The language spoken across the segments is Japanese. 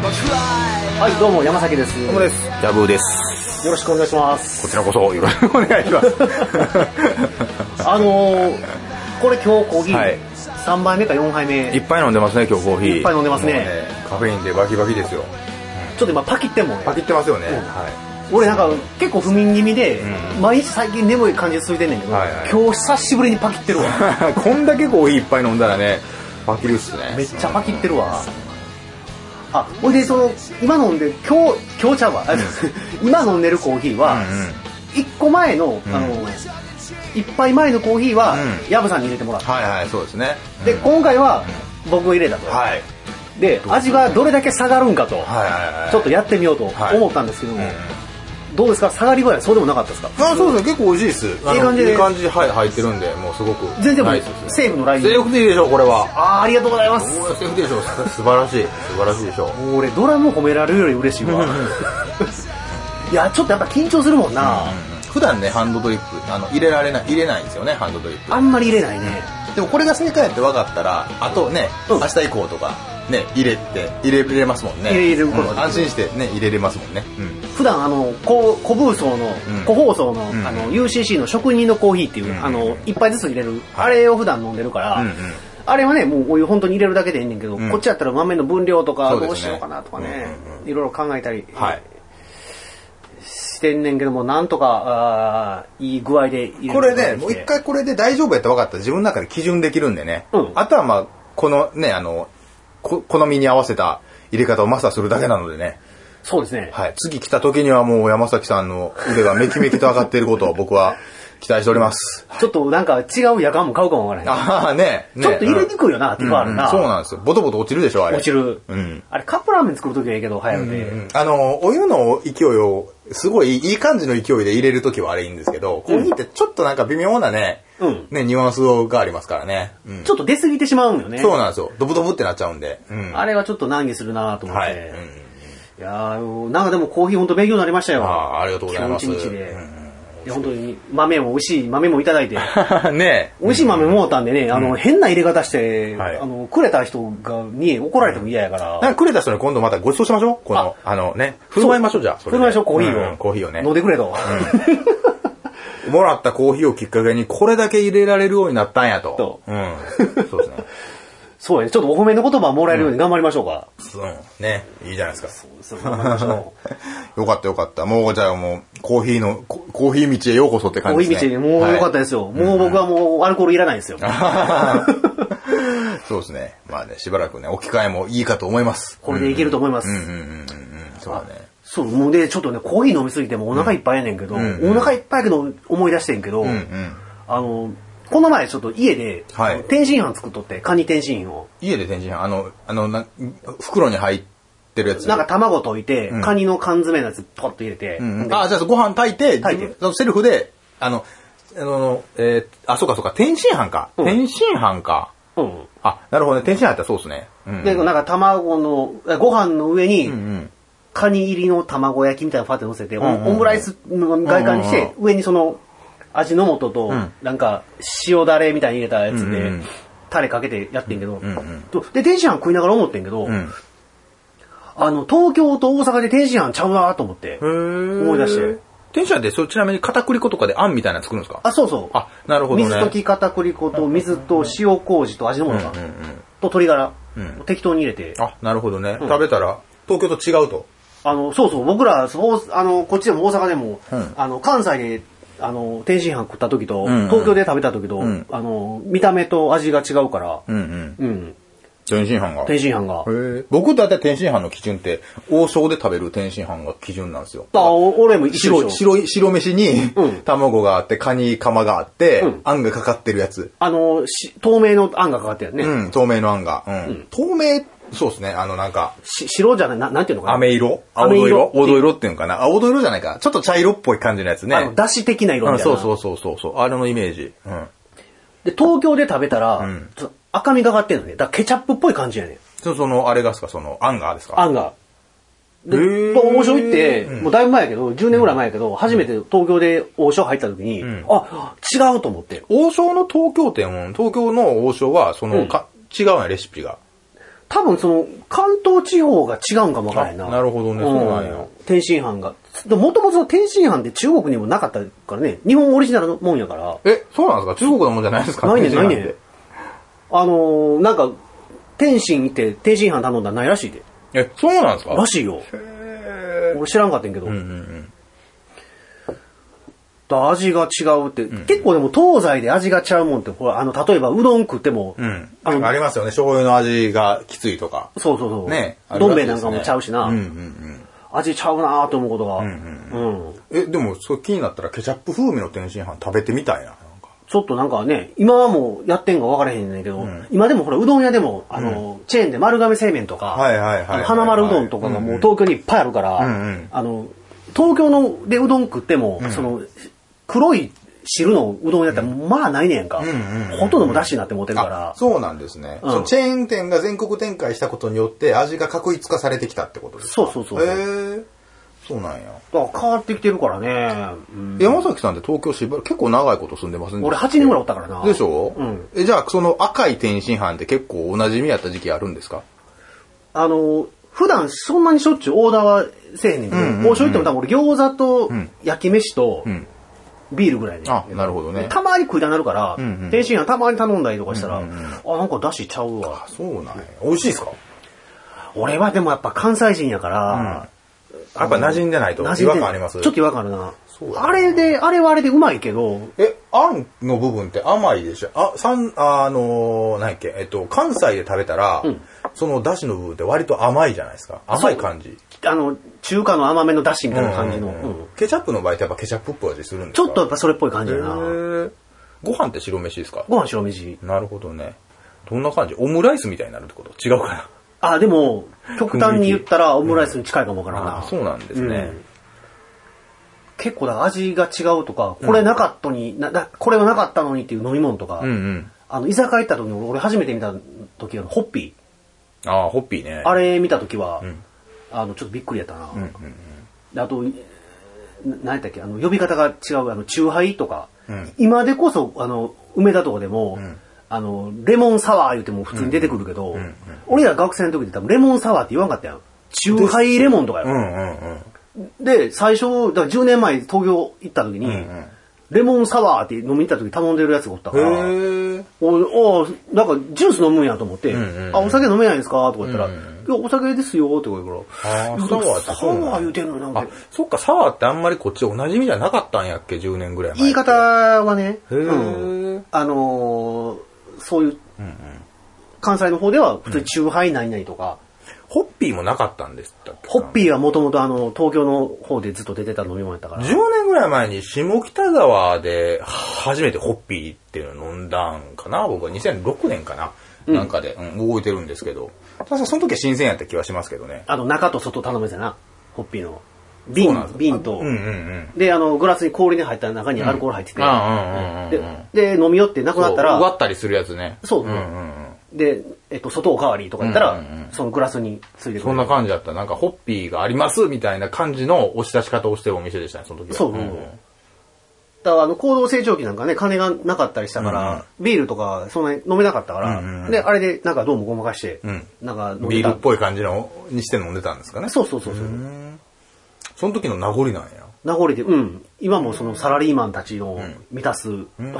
はい、どうも、山崎です。どうもです。ジャブーです。よろしくお願いします。こちらこそよろしくお願いします。あのー、これ今日、コーヒはいー、3杯目か4杯目。いっぱい飲んでますね、今日コーヒー。いっぱい飲んでますねもうカフェインでバキバキですよ。ちょっと今、パキってんもんねパキってますよね。んは俺なんか、結構不眠気味でう、毎日最近眠い感じ続いてんねんけど、はいはい今日久しぶりにパキってるわ。 い。こんだけコーヒーいっぱい飲んだらね、バキるっすね。めっちゃパキってるわ。あ、ほいで、その、今飲んで、今日、今日ちゃうわ。あ 今飲んでるコーヒーうは、んうん。 1個前の、あのー、1杯前のコーヒーはう、ヤブさんに入れてもらった。はいはい、そうですね。で、うん今回は、僕が入れたと。はい。で、味がどれだけ下がるんかと。はいはいはい。ちょっとやってみようとはい思ったんですけども、うんどうですか下がり具合はそうでもなかったですかあそうですね、結構美味しいです。あのいい感じでいい感じで、はい、入ってるんで、もうすごく。全然もナうイスですねセーフのラインセーフでいいでしょう、これは。あーありがとうございまおすーセーフでいいでしょう。 素晴らしい。素晴らしいでしょう。もう俺ドラム褒められるより嬉しい わいやちょっとやっぱ緊張するもんな、普段ねハンドドリップあの入れられない入れないんですよねハンドドリッあんまり入れないねプでもこれが正解やって分かったらあとね、うん明日以降とかね入れて入れ入れますもんね入れ入れることができるうん安心してね入れれますもんね、うん普段あの小小風層のん小包装の,、うんあの UCC の職人のコーヒーっていう、うんあの一杯ずつ入れるあれを普段飲んでるから、うんうんあれはねもうお湯本当に入れるだけでいいねんけど、うんこっちやったら豆の分量とかそうですどねうしようかなとかねうんうんいろいろ考えたりはいしてんねんけどもなんとかあーいい具合で入れるこことれができてねもう一回これで大丈夫やって分かったら自分の中で基準できるんでね、うんあとはまあこのねあのこ好みに合わせた入れ方をマスターするだけなのでね、そうですねはい、次来た時にはもう山崎さんの腕がめきめきと上がっていることを僕は期待しておりますちょっとなんか違う夜間も買うかもわからないああねねちょっと入れにくいよなティファールなうんそうなんですよボトボト落ちるでしょあれ落ちる、うんあれカップラーメン作るときはいいけど早くて、うんあのお湯の勢いをすごいいい感じの勢いで入れる時はあれいいんですけどコーヒーってちょっとなんか微妙なね、うんねニュアンスがありますからね、うんちょっと出過ぎてしまうんよねそうなんですよドブドブってなっちゃうんで、うんあれはちょっと難儀するなと思って、はい、いうんやーなんかでもコーヒー本当勉強になりましたよああありがとうございます今日一日で,、うんで本当に豆も美味しい豆もいただいて ね美味しい豆もあったんでね、あの変な入れ方して、はいあのくれた人がに怒られても嫌やから、なんかくれた人に今度またご馳走しましょうこのあのね振る舞いましょうじゃあそ振るれで舞いましょうコーヒーを、うんコーヒーをね飲んでくれと、もらったコーヒーをきっかけにこれだけ入れられるようになったんやとそうん、そうですね そうやねちょっとお褒めの言葉もらえるように頑張りましょうか、うん、ね、いいじゃないですか。 そう頑張りましょうよかったよかった。もうじゃあもう、コーヒーの、ココーヒー道へようこそっても 感うじいいです道ね。でもう良かったですよ、もう僕はもうアルコールいらないですよはい。そうですね。まあね、しばらくね、置き換えもいいかと思います。これでいけると思います、うんうんうんうんうん。そうだね。そう、もうね、ちょっとね、コーヒー飲みすぎてもうお腹いっぱいやねんけど、んうんお腹いっぱいやけど思い出してんけど、うんうん。あの、この前ちょっと家で、はい天津飯作っとって、カニ天津飯を。家で天津飯、あの、あの、な袋に入ってるやつ。なんか卵溶いて、んカニの缶詰のやつポッと入れて、うんうんであ、じゃあご飯炊いて、炊いて自分そのセルフで、あの、あの、えーあ、そうかそうか、天津飯か。うん天津飯か。うん。あ、なるほどね。天津飯ってそうですね。うんうんで、なんか卵の、ご飯の上に、うんうん。カニ入りの卵焼きみたいなのファって乗せて、んうんオムライスの外観にして、うん上にその、味の素と、んなんか、塩だれみたいに入れたやつで、うんうんタレかけてやってんけど、んうんとで、天津飯食いながら思ってんけど、うん。あの、東京と大阪で天津飯ちゃうなと思って。思思い出して。天津飯って、それちなみに片栗粉とかであんみたいなの作るんですかあ、そうそう。あなるほどね水溶き片栗粉と水と塩麹と味の素が、うんうんうんと鶏ガラ、うん適当に入れて。あ、なるほどね。食べたら、東京と違うと。あの、そうそう、僕ら、そうあの、こっちでも大阪でも、うんあの、関西で、あの、天津飯食った時と、んうん東京で食べた時と、んあの、見た目と味が違うから、うんうん。うん、天津飯が。天津飯が。へえ僕だって天津飯の基準って、王将で食べる天津飯が基準なんですよ。あ、お俺も一緒で白い、しょ。白い、白飯にうん、卵があって、カニカマがあって、うんあんがかかってるやつ。あの、し透明のあんがかかってるね、うん、透明のあんが。うん。透明、そうですね。あの、なんか、し白じゃないな、なんていうのかな。飴色青飴土色色青土色っていうのかな青土色じゃないか。ちょっと茶色っぽい感じのやつね。あの、だし的な色うみんたいな。そうそうそうそうそう。あれのイメージ。うん。で、東京で食べたら、んちょっと赤みがかってんのね。だからケチャップっぽい感じやねん。そその、あれがですか、その、アンガーですかあんが。で、へーと王将行って、うんもうだいぶ前やけど、10年ぐらい前やけど、初めて東京で王将入った時に、んあ、違うと思って。王将の東京店も、東京の王将は、その、うんか違うね、レシピが。多分その、関東地方が違うんかもわからへんな。あなるほどねそうなんや天津飯が。もともと天津飯って中国にもなかったからね、日本オリジナルのもんやから。え、そうなんですか中国のもんじゃないですかないねんないね天津飯っんて。あのー、なんか、天津行って天津飯頼んだらないらしいで。え、そうなんですからしいよ。俺知らんかったんやけど。だ味が違うって、結構でも東西で味が違うもんって、ほら、あの、例えばうどん食っても、うん。あなんかのあ、りますよね。醤油の味がきついとか。そうそうそう。ねあるどんらし兵衛いでなすねんかもちゃうしな、うんうんうん。味ちゃうなーと思うことが、うんえ、でも、そう気になったらケチャップ風味の天津飯食べてみたいな。なんかちょっとなんかね、今はもうやってんか分からへんねんけど、今でもほら、うどん屋でも、あの、チェーンで丸亀製麺とか、はいはいはいはいあの花丸うどんとかがもう東京にいっぱいあるから、んうんあの、東京のでうどん食っても、その、黒い汁のうどん屋ってまあないねんか。んうんほとんどもだしになって持ってるかあら、そうなんですね、うんそのチェーン店が全国展開したことによって味が確一化されてきたってことですかそうそうそうそうへーそうなんや、だから変わってきてるからね。うん山崎さんって東京しばらく結構長いこと住んでますん俺8年ぐらいおったからな。でしょ、うんえじゃあその赤い天津飯って結構お馴染みやった時期あるんですかあの、普段そんなにしょっちゅうオーダーはせえへんねんけど、うんうんうん王将行っても多分俺餃子とん焼き飯とんビールぐらいで、あなるほどねたまに食いたなるから、んうん天津飯たまに頼んだりとかしたら、あ、なんか出汁ちゃうわあ。そうなんや美味しいですか俺はでもやっぱ関西人やから、やっぱ馴染んでないと馴染んで違和感ありますちょっと違和感あるなそう。だなあれで、あれはあれでうまいけど、えあんの部分って甘いでしょあさんあのー、何やっけえっと関西で食べたら、そのだしの部分って割と甘いじゃないですか甘い感じあの、中華の甘めの出汁みたいな感じの、うんうんうんうんケチャップの場合ってやっぱケチャップっぽい味するんでちすかょっとやっぱそれっぽい感じへやな。ーご飯って白飯ですかご飯白飯。なるほどねどんな感じオムライスみたいになるってこと違うかなあ、でも、極端に言ったらオムライスに近いかもわからんな。あそうなんですね、結構だから味が違うとか、これなかったのに、ななこれはなかったのにっていう飲み物とか、うん、うんうんあの、居酒屋行った時に俺初めて見た時は、ホッピああホッピーねー。あれ見た時は、んあの、ちょっとびっくりやったな。うんうんであと、な何やったっけ、あの、呼び方が違う、あの、チューハイとか、うん今でこそ、あの、梅田とかでも、あの、レモンサワー言うても普通に出てくるけど、んうん俺ら学生の時って多分レモンサワーって言わんかったやん。チューハイレモンとかやろうんうんうんで、最初、だから10年前東京行った時に、んレモンサワーって飲みに行った時頼んでるやつがおったから、へえおおなんかジュース飲むんやと思って、んうんあ、お酒飲めないんですかとか言ったら、うんいや、お酒ですよって言うから、あいあやサワーってサそうなんワーや言うてんのになんあか、そっかサワーってあんまりこっちお馴染みじゃなかったんやっけ10年ぐらい前言い方はね、へえうんあのーそういう、関西の方では普通にチューハイ何々とか、ホッピーもなかったんですったっけホッピーはもともとあの、東京の方でずっと出てた飲み物やったから、 10年ぐらい前に下北沢で初めてホッピーっていうのを飲んだんかな僕は2006年かな、なんかで、うん、動いてるんですけど確かその時は新鮮やった気はしますけどねあの、中と外頼めてな、ホッピーの。そう瓶なんです、よ瓶と、うんうんうんで、あの、グラスに氷に入った中にアルコール入ってて、ああうんうんうんうんで、で飲み寄ってなくなったそう割ら、ったりするやつねそううんうんうんで、えっと、外おかわりとか言ったら、うんうんうんそのグラスについてくそんな感じだったなんかホッピーがありますみたいな感じの押し出し方をしてるお店でしたねその時はそううんだから、あの、行動成長期なんかね、金がなかったりしたから、うんうんビールとか、そんなに飲めなかったから、うんうんうんで、あれで、なんかどうもごまかして、うんなんか飲んビでーたルっぽい感じのにして飲んでたんですかねそうそうそうそう。その時の名残なんや名残で、うん、今もそのサラリーマンたちを満たす、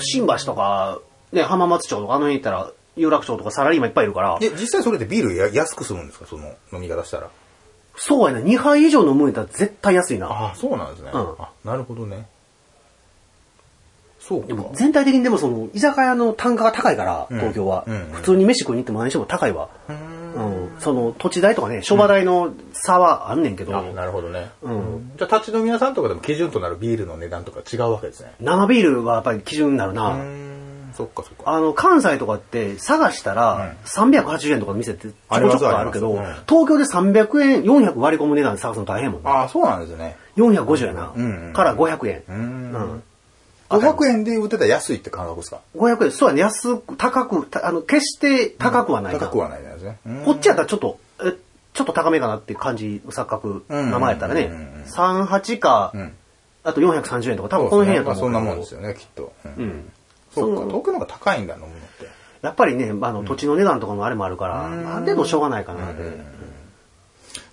新橋とか、ね、浜松町とか、あの辺行ったら、有楽町とかサラリーマンいっぱいいるから、で実際それでビールや安くするんですかその飲み方したらそうやな、2杯以上飲むんやったら絶対安いな。ああ、そうなんですね。うんあ、なるほどね。そうでか。も全体的にでもその、居酒屋の単価が高いから、ん東京はうんうん。普通に飯食いに行っても何しても高いわ。うーんうん。その、土地代とかね、商場代の差はあんねんけあ、ど、なるほどね。うんじゃあ、立ち飲み屋さんとかでも基準となるビールの値段とか違うわけですね。生ビールはやっぱり基準になるうーな。ん、そっかそっか。あの、関西とかって探したら、380円とかの店ってちょこちょこあるけどありますありま、東京で300円、400割り込む値段で探すの大変やもんな。ああ、そうなんですね。 450やな。うんうんから500円。うーんうん500円で売ってたら安いって感覚ですか500円、そうやね、安く、高く、たあの、決して高くはないな。高くはないですね。うーんこっちやったらちょっと、えちょっと高めかなっていう感じの錯覚、うん名前やったらねうんうんうん、 38か、んあと430円とか、多分このそうで辺すねやとまあ思う。そんなもんですよね、きっと。うう。ん。そっそか、の東京の方が高いんだ、飲むのって。やっぱりね、まあ、あの土地の値段とかもあれもあるから、ある程度しょうがないかなって。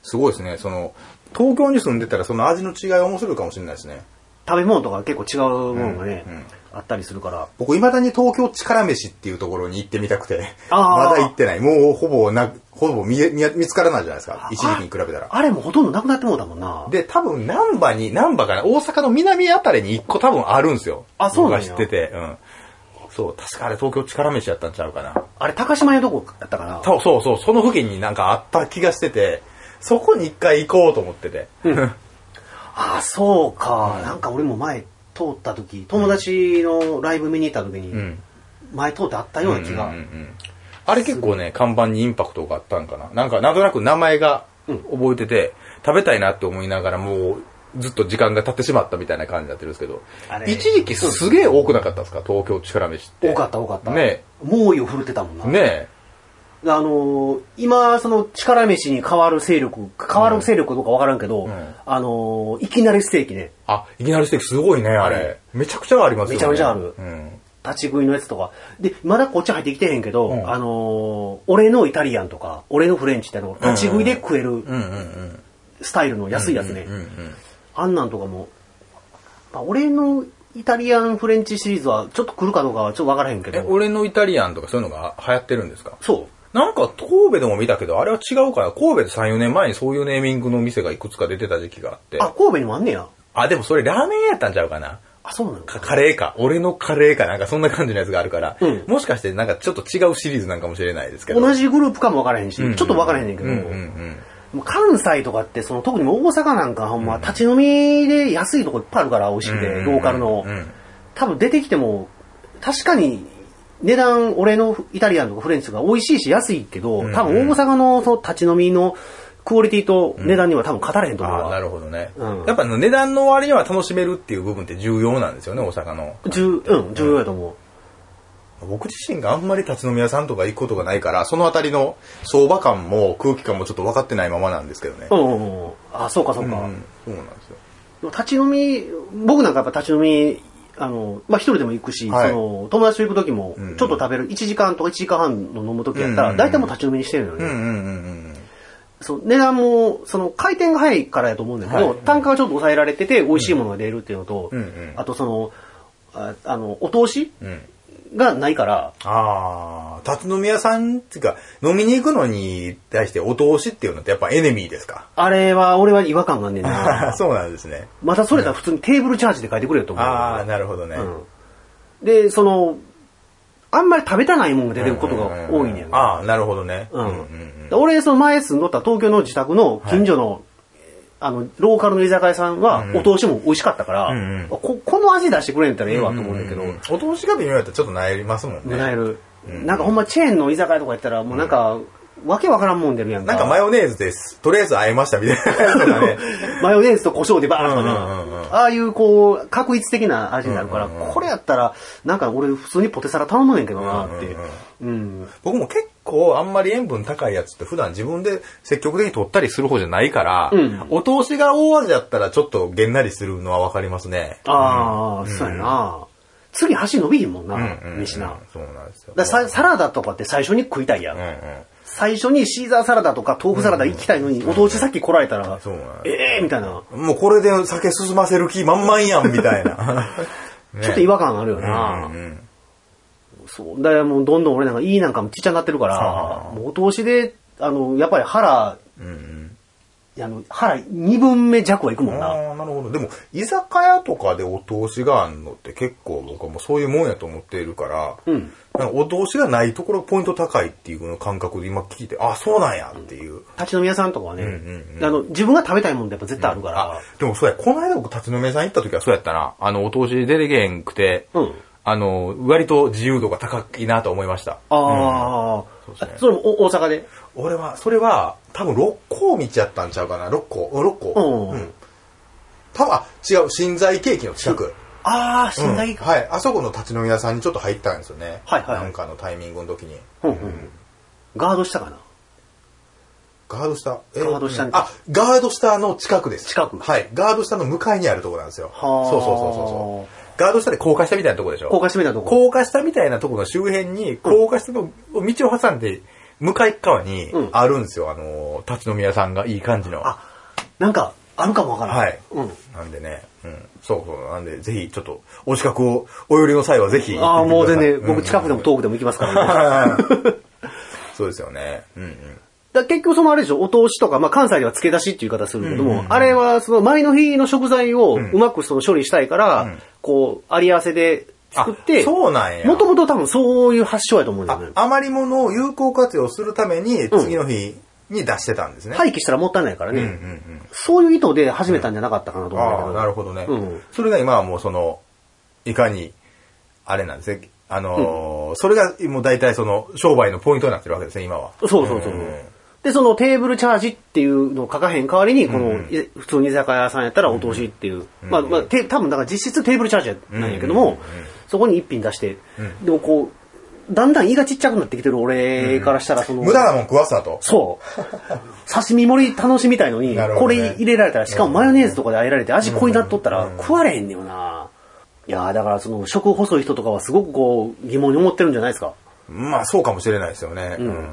すごいですね。その、東京に住んでたらその味の違い面白いかもしれないですね。食べ物とか結構違うものがね、うんうんあったりするから。僕、未だに東京力飯っていうところに行ってみたくて、あーまだ行ってない。もうほぼな、ほぼ見え見え見つからないじゃないですか。一時期に比べたら。あれもほとんどなくなってもうたもんな。で、多分、難波に、難波かな、大阪の南あたりに一個多分あるんですよ。あそうなんや僕が知ってて、うん。そう、確かあれ東京力飯やったんちゃうかな。あれ、高島屋どこやったかな。そうそうそう、その付近になんかあった気がしてて、そこに一回行こうと思ってて。ああ、そうか。なんか俺も前通った時、友達のライブ見に行った時 うにん、前通ってあったような気が。うんうんうんあれ結構ね、看板にインパクトがあったんかな。なんか、なんとなく名前が覚えてて、食べたいなって思いながら、もう、ずっと時間が経ってしまったみたいな感じになってるんですけどあ、れ一時期すげえ多くなかったですか東京力飯って。多かった多かった。ね猛威を振るってたもんな。え。ねえ。あのー今、その力飯に変わる勢力、変わる勢力かどうかわからんけど、んあのーいきなりステーキね、あ、いきなりステーキすごいね、あれ。めちゃくちゃありますよね。めちゃめちゃあるうん。立ち食いのやつとか。で、まだこっち入ってきてへんけど、うんあのー俺のイタリアンとか、俺のフレンチってあの、立ち食いで食えるうんうんうん。スタイルの安いやつね。うんうんうん。あんなんとかも、まあ、俺のイタリアンフレンチシリーズはちょっと来るかどうかはちょっとわからへんけえ、ど、俺のイタリアンとかそういうのが流行ってるんですかそう。なんか神戸でも見たけど、あれは違うから、神戸で3、4年前にそういうネーミングの店がいくつか出てた時期があって。あ、神戸にもあんねや。あ、でもそれラーメン屋やったんちゃうかな。あ、そうなのかカレーか。俺のカレーかなんかそんな感じのやつがあるから、うんもしかしてなんかちょっと違うシリーズなんかもしれないですけど。同じグループかもわからへんし、うんうんちょっとわからへんねんけど、うんうんうん。もう関西とかって、その特に大阪なんかほんま立ち飲みで安いとこいっぱいあるから美味しくて、ローカルの。うん多分出てきても、確かに値段、俺のイタリアンとかフレンチとか美味しいし安いけど、多分大阪のその立ち飲みのクオリティと値段には多分勝たれへんと思うああ、なわ。るほどね。うんやっぱあの値段の割には楽しめるっていう部分って重要なんですよね、大阪の。重うん、重要やと思う。僕自身があんまり立ち飲み屋さんとか行くことがないから、そのあたりの相場感も空気感もちょっと分かってないままなんですけどね。うんうんうん。あ、そうかそうか。うんそうなんですよ。でも立ち飲み、僕なんかやっぱ立ち飲み、あの、まあ、一人でも行くし、はいその、友達と行く時もんう、んちょっと食べる、1時間とか1時間半の飲む時やったうんうら、んうん大体もう立ち飲みにしてるのようね。んうんうんうん。そう、値段も、その、回転が早いからやと思うんだけど、はい単価がちょっと抑えられてて、美味しいものが出るっていうのと、うんうんあとその、ああの、お通しうん。がないから、ああ、立ち飲み屋さんっていうか、飲みに行くのに対してお通しっていうのってやっぱエネミーですかあれは、俺は違和感があんねん な。そうなんですね。またそれだら普通にテーブルチャージで書いてくれよと思う。ああ、なるほどね。うん、で、その、あんまり食べたないもんが出てくることが多いねん。ああ、なるほどね。うんうんうんで俺、その前住んどった東京の自宅の近所の、あの、ローカルの居酒屋さんは、お通しも美味しかったから、うんうんこ、この味出してくれんやったらええわと思うんだけど、うんうんうんお通しが微妙だったらちょっと悩みますもんね。狙える、なんかほんまチェーンの居酒屋とかやったら、もうなんか、わけわからんもん出るやんか。なんかマヨネーズです。とりあえず会えましたみたいなやつとかね。 マヨネーズと胡椒でバーンとかな、うんうんうんうんああいうこう、確一的な味になるから、うんうんうんこれやったら、なんか俺普通にポテサラ頼むねんけどなって。うんうんうん僕も結構あんまり塩分高いやつって普段自分で積極的に取ったりする方じゃないから、うんお通しが大味だったらちょっとげんなりするのはわかりますね。ああ、そうやな。次箸伸びひんもんな、うんうんうん飯な。だかそうなんですよ。らさサラダとかって最初に食いたいやん。うんうん。最初にシーザーサラダとか豆腐サラダ行きたいのに、お通しさっき来られたら、そうなんですええー、みたいな。もうこれで酒進ませる気満々やん、みたいな。 ちょっと違和感あるよな。うんうんそう。だからもうどんどん俺なんかいいなんかもちっちゃになってるから、あもうお通しで、あの、やっぱり腹、うんうんあの、腹2分目弱はいくもんあな。あ、なるほど。でも、居酒屋とかでお通しがあるのって結構僕はもうそういうもんやと思っているから、うんなんかお通しがないところがポイント高いっていうの感覚で今聞いて、あ、そうなんやっていう。立ち飲み屋さんとかはね、んうんあの、自分が食べたいもんってやっぱ絶対あるかあら、、でもそうや、この間僕立ち飲み屋さん行った時はそうやったな。あの、お通し出てけへんくて、うんあの、割と自由度が高いなと思いました。ああ、そうですねそれもお大阪で。俺は、それは、多分六甲道やったんちゃうかな、六甲、うん六甲。うん多分、あ、違う、新在駅の近く。ああ、死んだうんはい、あそこの立ち飲み屋さんにちょっと入ったんですよね。はいはいはいなんかのタイミングの時に。うんうん、ガードしたかな。ガード下えガード下にあ、ガード下の近くです。近くはい。ガード下の向かいにあるところなんですよ。はあそうそうそうそうそう。ガード下で高架下みたいなとこでしょ高架下みたいなとこ高架下みたいなとこの周辺に、高架下の道を挟んで、向かい側にうんあるんですよ、あの、立ち飲み屋さんがいい感じの。あなんか、あるかもわからん。はいうん。なんでね、うん、そうそう、なんで、ぜひ、ちょっと、お近くを、お寄りの際はぜひ。ああ、もう全然、うん僕近くでも遠くでも行きますから、ね。だか そうですよね。うんうん。ら結局そのあれでしょ、お通しとか、まあ関西では漬け出しっていう言い方するけども、うんうんうんあれはその前の日の食材をんうまくその処理したいから、うんこう、あり合わせで作って、あそうなんや。もともと多分そういう発祥やと思うんですよあね、。余り物を有効活用するために、うん次の日に出してたんですね。い。廃棄したらもったいないからうんね、うんうん。そういう意図で始めたんじゃなかったかなと思うんだけあど。あ、なるほどね。うんそれが今はもうその、いかに、あれなんですね。あのーそれがもう大体その、商売のポイントになってるわけですね、今は。そうそうそう。んで、そのテーブルチャージっていうのを書かへん代わりに、この、うんい普通に居酒屋さんやったらお通しっていう。んまあ、まあ、て多分だから実質テーブルチャージなんやけども、うんうんそこに一品出して、うんでもこう、だんだん胃がちっちゃくなってきてる俺からしたら、その、無駄なもん食わすなと。そう。刺身盛り楽しみたいのに、なるほこどねれ入れられたら、しかもマヨネーズとかであえられて味濃いなっとったら食われへんねよな。いやーだからその食細い人とかはすごくこう疑問に思ってるんじゃないですか。まあそうかもしれないですよね。んうん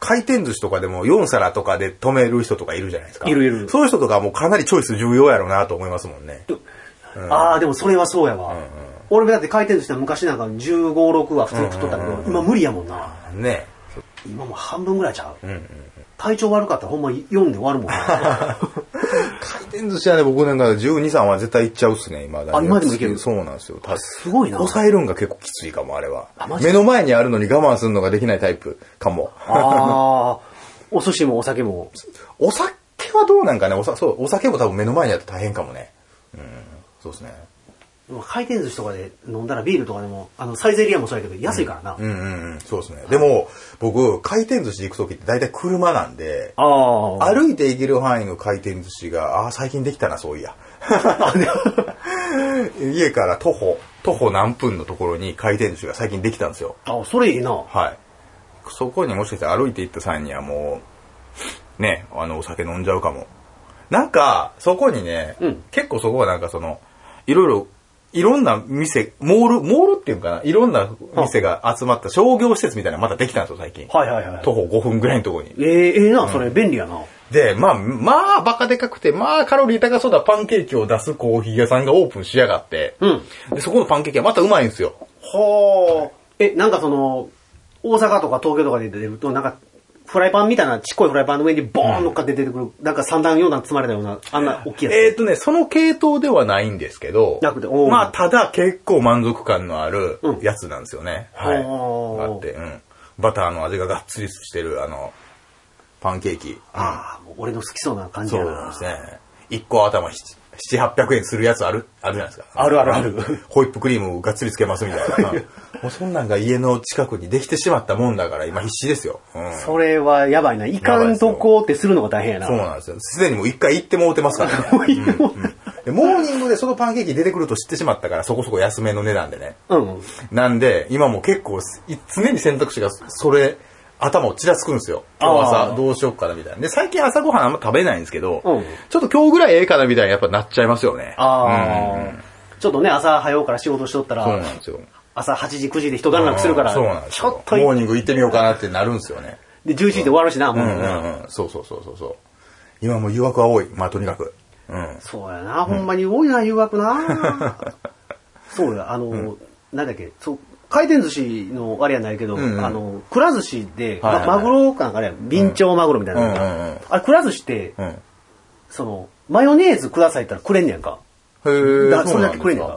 回転寿司とかでも4皿とかで止める人とかいるじゃないですか。いるいるそういう人とかはもうかなりチョイス重要やろうなと思いますもんね。ああ、でもそれはそうやわ。俺もだって回転寿司は昔なんか15、6は普通に食っとったけど、今無理やもんな。ね今もう半分ぐらいちゃう。んうん体調悪かったらほんま読んで終わるもん な。回転寿司はね、僕なんか12、3は絶対行っちゃうっすね、今だにあ今でも行けるそうなんですよ。たすごいな。抑えるんが結構きついかも、あれはあマ。ジ目の前にあるのに我慢するのができないタイプかも。ああ、お寿司もお酒も。お酒はどうなんかね、おさそうお酒も多分目の前にあると大変かもね。うん、そうですね。回転寿司とかで飲んだらビールとかでも、あの、サイゼリアもそうやけど安いからな。うんうんうん、そうですね。でも、僕、回転寿司行くときって大体車なんで、ああ。歩いて行ける範囲の回転寿司が、ああー、最近できたな、そういや。 家から徒歩、徒歩何分のところに回転寿司が最近できたんですよ。あ、それいいな。はい。そこにもしかして歩いて行った際にはもう、ね、あの、お酒飲んじゃうかも。なんか、そこにね、うん結構そこはなんかその、いろいろ、いろんな店、モール、モールっていうのかな、いろんな店が集まった商業施設みたいなのまたできたんですよ、最近。はいはいはい。徒歩5分ぐらいのところに。えー、ええな、それ便利やな。で、まあ、まあ、バカでかくて、まあ、カロリー高そうなパンケーキを出すコーヒー屋さんがオープンしやがって、うん。で、そこのパンケーキはまたうまいんですよ。はあ。え、なんかその、大阪とか東京とかで出てると、なんか、フライパンみたいな、ちっこいフライパンの上にボーン乗っかって出てくる、なんか三段四段積まれたような、あんな大きいやつ。えっ、とね、その系統ではないんですけどなくてお、ーまあ、ただ結構満足感のあるうんやつなんですよね。おはーい。あって、うん。バターの味ががっつりしてる、あの、パンケーキ。ああ、もう俺の好きそうな感じそやうな。ですね。1個頭7、800円するやつある、あるじゃないですか。あるあるある。ホイップクリームをがっつりつけますみたい な。うんもうそんなんが家の近くにできてしまったもんだから、今必死ですよ。うん。それはやばいな。いかんとこうってするのが大変やな。そうなんですよ。すでにもう一回行ってもうてますからね。 もういいもんで、モーニングでそのパンケーキ出てくると知ってしまったから、そこそこ安めの値段でね。うん。なんで、今もう結構す、い常に選択肢が、それ、頭をちらつくんですよ。今日あ朝ー、どうしようかな、みたいな。で、最近朝ごはんあんま食べないんですけど、うんちょっと今日ぐらいええかな、みたいな、やっぱなっちゃいますよね。ああ、うんちょっとね、朝早うから仕事しとったそうら、なんですよ。朝8時、9時で一段落するから、そうなんですちょっよ。とモーい、ニング行ってみようかなってなるんですよね。で、11時で終わるしな、うもう。んうんうん。そうそうそうそうそう。今もう誘惑は多い。まあ、とにかく。うん。そうやな、ほんまに多いな、誘惑 な。そうや、あの、なんだっけ、そう、回転寿司のあれやないけど、んうんあの、くら寿司で、はいはいはいまマグロかなんかね、ビンチョウマグロみたいなのが、うんうんうんあれ、くら寿司って、うん。へその、マヨネーズくださいって言ったらくれんねやんか。え。だそれだけくれんねうんか。ん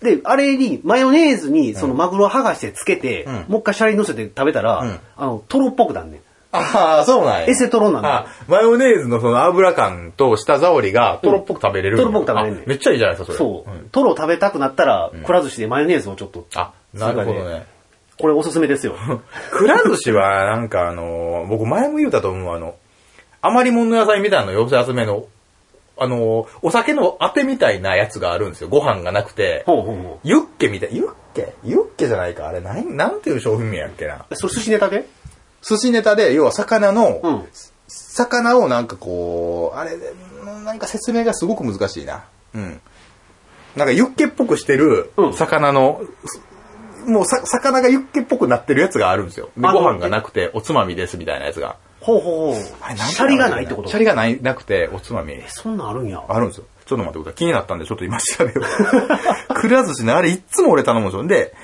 うん。で、あれに、マヨネーズに、そのマグロを剥がしてつけて、んもう一回シャリに乗せて食べたら、んあの、トロっぽくなんねん。ああ、そうなんや。エセトロなんだあマヨネーズのその油感と舌触りがトロっぽく食べれる。うんトロっぽく食べれるあめっちゃいいじゃないですか、それ。そう。トロ食べたくなったら、くら寿司でマヨネーズをちょっと。あ、なるほどそれがね。これおすすめですよ。くら寿司は、なんかあのー、僕前も言うたと思う、あの、余り物の野菜みたいなの寄せ集めの、あのー、お酒のあてみたいなやつがあるんですよ。ご飯がなくて。ほうほうほユッケみたい。ユッケユッケじゃないか。あれ、なん、なんていう商品名やっけな。う。それ寿司ネタで寿司ネタで、要は魚の、うん。魚をなんかこう、あれ、うんなんか説明がすごく難しいな。うん。なんかユッケっぽくしてるうん魚の、もうさ魚がユッケっぽくなってるやつがあるんですよ。であご飯がなくておつまみですみたいなやつが。ほうほうほう。あれなんてシャリがないってことシャリがない、なくておつまみ。そんなんあるんや。あるんですよ。ちょっと待ってください。気になったんで、ちょっと今調べよう。 くら寿司ね、あれいっつも俺頼むんですよ。で、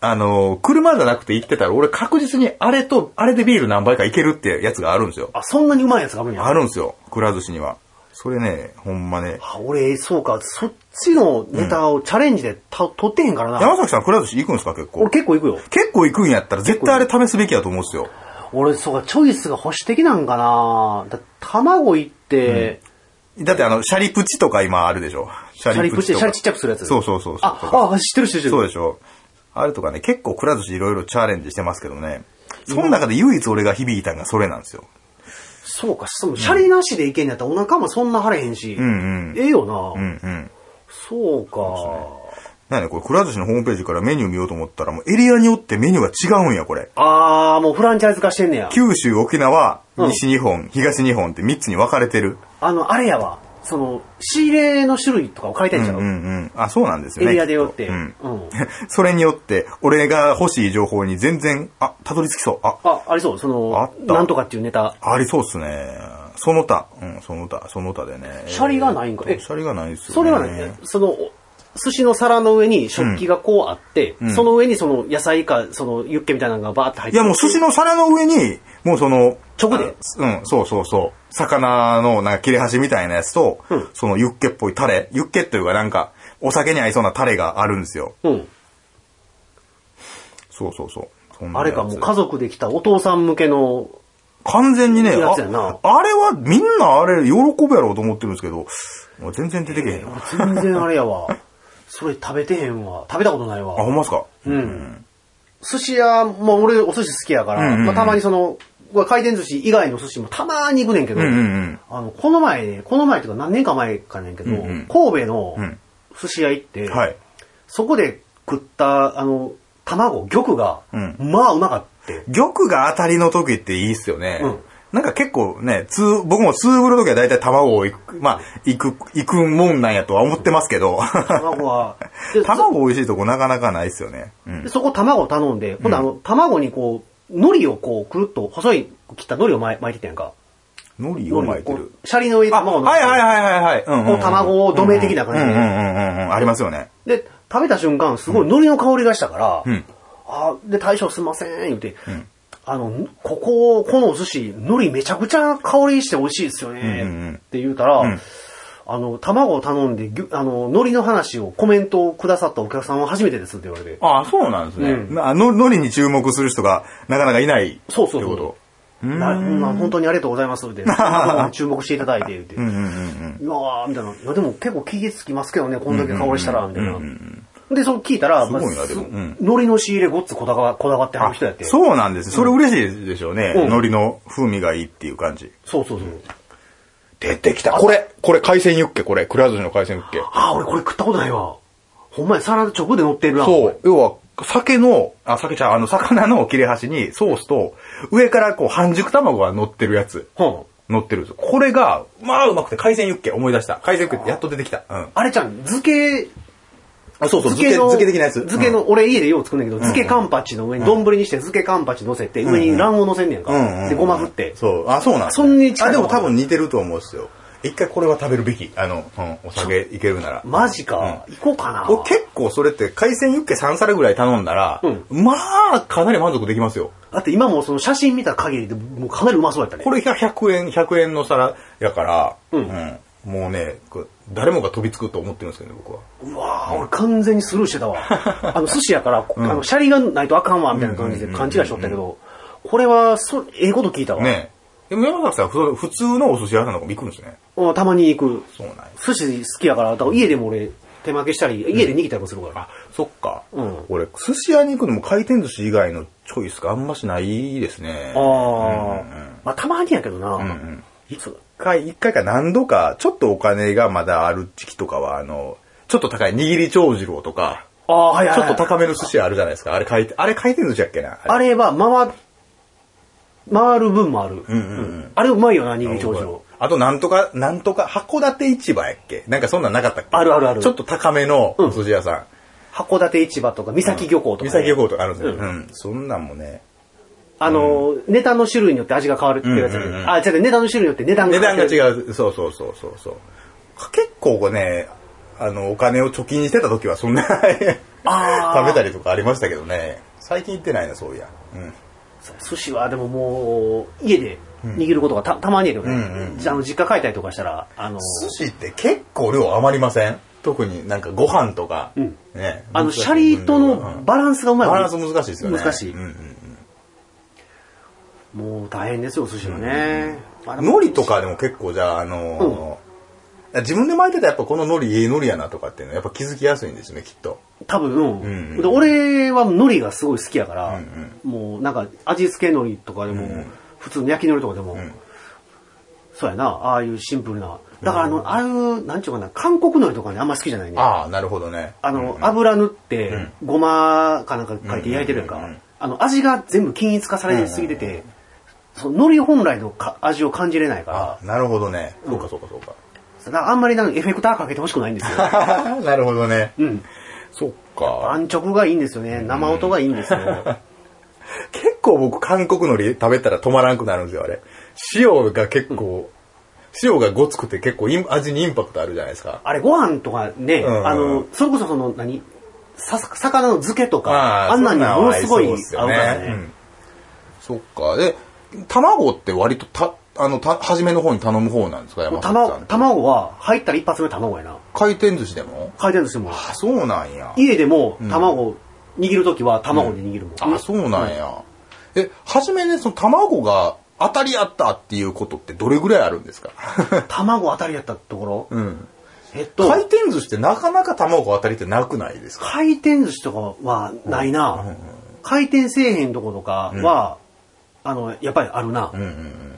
あのー車じゃなくて行ってたら、俺確実にあれと、あれでビール何杯かいけるってやつがあるんですよ。あ、そんなにうまいやつがあるんや。あるんですよ。くら寿司には。それね、ほんまね。あ俺、そうか、そっちのネタをチャレンジでた、取ってへんから山な。崎さん、くら寿司行くんですか、結俺構。結構行くよ。結構行くんやったら、絶対あれ試すべきやと思うんですよ。俺、そうか、チョイスが保守的なんかなだ卵いって、だってあの、シャリプチとか今あるでしょ。シシャリプチ、とシかャリちっちゃくするやつ。そうそうそうそう。あ、あ、知ってる知ってる知ってそうる。でしょ。あれとかね、結構くら寿司いろいろチャレンジしてますけどね。その中で唯一俺が響いたのがそれなんですよ。そうか、そのシャリなしでいけんやったらお腹もそんな腫れへんし。んうんええよな、うんうん。そうか。なんでこれ、くら寿司のホームページからメニュー見ようと思ったら、もうエリアによってメニューが違うんや、これ。あー、もうフランチャイズ化してんねや。九州、沖縄、うん西日本、東日本って3つに分かれてる。あの、あれやわ。その、仕入れの種類とかを変えてんうちんゃう、うん。あ、そうなんですエね。リアでよって。きっとうん。う ん。それによって、俺が欲しい情報に全然、あ、たどり着きそう。あ、あ、ありそう、そあのっ、たなんとかっていうネタ。ありそうっすね。その他。うん、その他、その他でね。シャリがないんかええシャリがないっすよね。それはね、その、お寿司の皿の上に食器がこうあって、んその上にその野菜か、そのユッケみたいなのがバーって入っいてやもう寿司の皿の上に、もうその、直であうん、そうそうそう。魚のなんか切れ端みたいなやつと、うんそのユッケっぽいタレ、ユッケというかなんか、お酒に合いそうなタレがあるんですよ。うん。そうそうそう。そんなあやれつか、もう家族で来たお父さん向けの、完全にね、あやつやなあれはみんなあれ喜ぶやろうと思ってるんですけど、もう全然出てけへん全な。然あれやわ。それ食べてへんわ。食べたことないあ、ほわ。んまっすかうん。寿司屋、まあ俺お寿司好きやから、うんうんうんまあたまにその、まあ回転寿司以外の寿司もたまに行くねんけど、うんうんうん。あの、この前ね、この前というか何年か前かねんけど、うんうん神戸のうん寿司屋行って、はい。そこで食った、あの、卵、玉が、うんまあうまか って。玉が当たりの時っていいっすよね。うんなんか結構ね、ツー僕もツーブルの時は大体卵をいく、まあ、いく、いくもんなんやとは思ってます けど、卵は。で卵美味しいとこなかなかないっすよね。うそんで。そこ卵頼んで、今度あの、卵にこう、海苔をこう、くるっと細い切った海苔を巻い巻いてたやんか。海苔を海巻い苔てをこる。うシャリの上にあ、卵を乗はせいてはいはいはいはい。うんうんうんこう卵を土命的な感じでうんうんうんうんうん。ありますよね。で、食べた瞬間、すごい海苔の香りがしたから、うんあで、大将すいません、言うて、あの、ここ、このお寿司、海苔めちゃくちゃ香りして美味しいですよね、うんうんうっんて言うたら、うんあの、卵を頼んで、ぎゅあの、海苔の話をコメントをくださったお客さんは初めてですって言われて。あそうなんですね。うんなの海苔に注目する人がなかなかいない。そうそうそうってこなまあ本当にありがとうございます って、卵に注目していただいて、言うて。と。うんうんうんうん。うわーみたいな。いや、でも結構気がつきますけどね、こんだけ香りしたら、みたいな。で、その聞いたら、すごいなまあすでもうん海苔の仕入れごっつこだわこだわってはる人やって。そうそうなんです。それ嬉しいでしょうね。うん海苔の風味がいいっていう感じ。そうそうそう。出てきた。これ、これ海鮮ユッケ、これ。くら寿司の海鮮ユッケ。ああ、俺これ食ったことないわ。ほんまにサラダ直で乗ってるな。そう。要は、酒の、あ、酒ちゃう、あの、魚の切れ端にソースと、上からこう、半熟卵が乗ってるやつ。う。うん。乗ってるんですよこれが、まあ、うまくて海鮮ユッケ、思い出した。海鮮ユッケってやっと出てきた。うん。あれちゃん、漬け、あ、そうそう、漬漬け、けの、漬け的なやつ。漬けの、俺家でよう作んねんけど、漬けカンパチの上に、丼にして漬けカンパチ乗せて、上に卵黄乗せんねんか。うん、うんうん。で、ごま振って。そう。あ、そうなんですねそんなに近いあ、でも多分似てると思うんですよ。一回これは食べるべき。あの、うん、お酒いけるなら。マジか。行こうかな。俺結構それって海鮮ユッケ3皿ぐらい頼んだら、うまあ、かなり満足できますよ。だって今もその写真見た限りで、もうかなりうまそうやったねこ。れが100円、100円の皿やから、うんうんもうね、こう誰もが飛びつくと思ってるんですけどね、僕は。うわー俺完全にスルーして たわ。あの、寿司やから、あの、シャリがないとあかんわ、みたいな感じで勘違いしとったけど、これは、そう、ええこと聞いたわ。ねえ。でも山崎さん、ふ普通のお寿司屋さんの方も行くんですね。うんたまに行く。そうなんや。寿司好きやから、だから家でも俺、手負けしたり、家で握ったりもするから。あ、そっか。うん俺、寿司屋に行くのも回転寿司以外のチョイスがあんましないですね。あうんうんうんあ。まあ、たまにやけどな。んいつ一回、一回か何度か、ちょっとお金がまだある時期とかは、あの、ちょっと高い握り長次郎とか、ああ、はいちょっと高高めの寿司あるじゃないですか。あれ回転、あれ回転寿司やっけな。あれは、回、回る分もある。うんうんうんあれうまいよな、握り長次郎。あと、なんとか、なんとか、函館市場やっけなんかそんなんなかったっけあるあるあるちょっと高めのうんお寿司屋さん。函館市場とか、三崎漁港とかね、三崎漁港とかあるんですよ。ううんん。そんなんもね。あの、ネタの種類によって味が変わるっていうやつ、うんうんうんあ、違う、ネタの種類によって値段が 値段がう。違う。そうそうそうそうそう。結構ね、あの、お金を貯金してた時はそ んな、食べあーたりとかありましたけどね。最近行ってないな、そういや。うん。寿司はでももう、家で握ることがたたまにやけどね、うんうんじゃああの実家帰ったりとかしたら、あの、寿司って結構量余りません特になんかご飯とか、うんね。あの、シャリとのバランスがうまいバわねランス難しいですよね。難しいうんうんもう大変ですよ、寿司はね。まあで海も苔とかでも結構じゃあ、あのー自分で巻いてたらやっぱこの海苔いい海苔やなとかっていうのはやっぱ気づきやすいんですね、きっと。多分、うんうんうんで俺は海苔がすごい好きやから、うんもうなんか味付け海苔とかでも、うん普通の焼き海苔とかでも、んそうやな、ああいうシンプルな。だからあの、ああいう、なんちゅうかな、韓国海苔とかね、あんま好きじゃないね。あああ、なるほどね。の、うん油塗って、んごまかなんか書いて焼いてるやんか、うんうんうんうんあの、味が全部均一化されすぎてて、その海苔本来のか味を感じれないかあなるほどね。そうかそうかそうか。ら、だからあんまりなんかエフェクターかけてほしくないんですよ。 なるほどね。うん。そっか。安直がいいんですよね。生音がいいんですよ。 結構僕、韓国海苔食べたら止まらなくなるんですよ、あれ。塩が結構、塩がごつくて結構イン味にインパクトあるじゃないですか。あれ、ご飯とかね、うんうんあの、それこそその、何さ、魚の漬けとか、ーあんなんにものすごい合そううですかよらね。うねん。そっか。で、卵って割とた、あの、た、初めの方に頼む方なんですか、山もう崎さん卵って。卵は、入ったら一発目卵やな。回転寿司でも回転寿司も。あ、そうなんや。家でもうん卵、握るときは卵で握るもん。あ、そうなんや。え、初めね、その卵が当たりあったっていうことってどれぐらいあるんですか 卵当たりやったところ、うん。えっと、回転寿司ってなかなか卵当たりってなくないですか回転寿司とかはないな。回転せえへんとことかは、あの、やっぱりあるな。うんうんうん。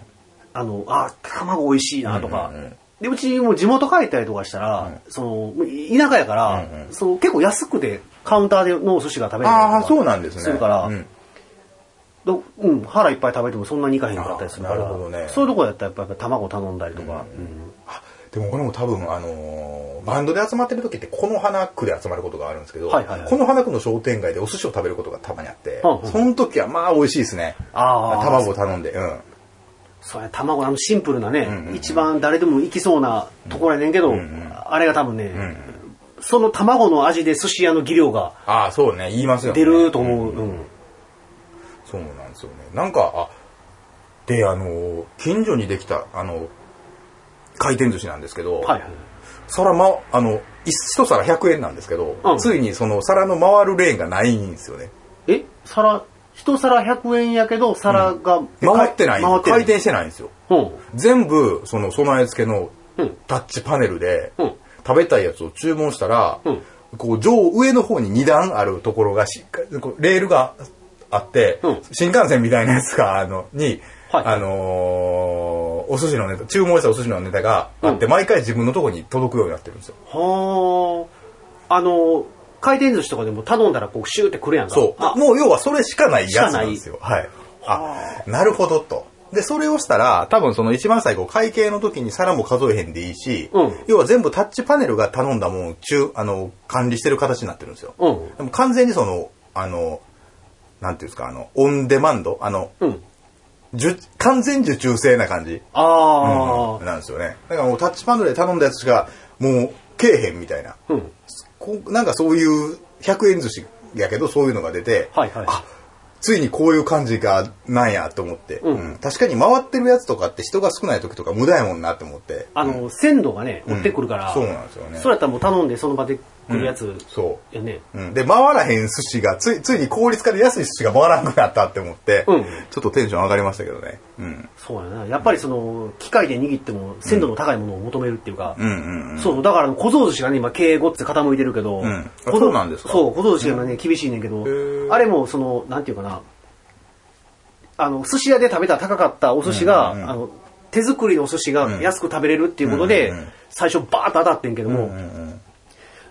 あの、あ、卵美味しいなとか。うんうんうんで、うちも地元帰ったりとかしたら、その、い田舎やから、うんうんその結構安くてカウンターでのお寿司が食べれたりとかああ、そうなんですね。するから、うんどうん、腹いっぱい食べてもそんなにいかへんかったりするから、あなるほどねそういうとこやったらやっぱり卵頼んだりとか、うんあでも俺も多分、あのーバンドで集まってる時ってこの花区で集まることがあるんですけど、はいはいはいこの花区の商店街でお寿司を食べることがたまにあって、うんうんその時はまあ美味しいですね。ああ、卵を頼んで、うん。そうや、卵、あのシンプルなね、んうんうん一番誰でもいきそうなところやねんけど、うんうんあれが多分ね、んその卵の味で寿司屋の技量がああ、そうね、言いますよね。出ると思う。んうんそうなんですよね。なんか、あ、で、あのー近所にできた、あの回転寿司なんですけど、はいはい。皿ま、あの、一皿100円なんですけど、うんついにその皿の回るレーンがないんですよね。え皿、一皿100円やけど、皿が、回ってない。回ってない。回転してないんですよ。うん。全部、その備え付けのうん。タッチパネルで、うん。食べたいやつを注文したら、うんこう上、上の方に2段あるところがしっかり、こうレールがあって、うん新幹線みたいなやつが、あの、に、はいあのーお寿司のネタ、注文したお寿司のネタがあって、う毎回自分のところに届くようになってるんですよ。はあ。あの、回転寿司とかでも頼んだらこうシューってくるやんか。そう。あもう要はそれしかないやつなんですよ。はい。はあ、なるほどと。で、それをしたら、多分その一番最後、会計の時に皿も数えへんでいいし、うん要は全部タッチパネルが頼んだもんを中、あの、管理してる形になってるんですよ。うん。でも完全にその、あの、なんていうんですか、あの、オンデマンドあの、うん。受完全受注制な感じ、あうんなんですよね。だからもうタッチパネルで頼んだやつしか、もう、けえへんみたいな。あ。うん。こうなんかそういう100円寿司やけどそういうのが出て、はいはいあついにこういう感じがなんやと思って、うんうん確かに回ってるやつとかって人が少ない時とか無駄やもんなって思ってあの、鮮度がね、追ってくるから。そうなんですよねそうやったらもう頼んでその場で来るやつ。そやね。う、うん、で回らへん寿司がついついに効率化で安い寿司が回らなくなったって思って、うんちょっとテンション上がりましたけどね、うん、そうやな。やっぱりその、機械で握っても鮮度の高いものを求めるっていうか。うんうんうんそうそう、だから小僧寿司がね、今経営ごっつ傾いてるけど、うんあ小僧そうなんですかそう、小僧寿司が今ね、厳しいねんけどー、あれもその、なんていうかな、あの、寿司屋で食べた高かったお寿司が、うんうんうんあの、手作りのお寿司が安く食べれるっていうことで、うんうんうん最初バーッと当たってんけども、うんうん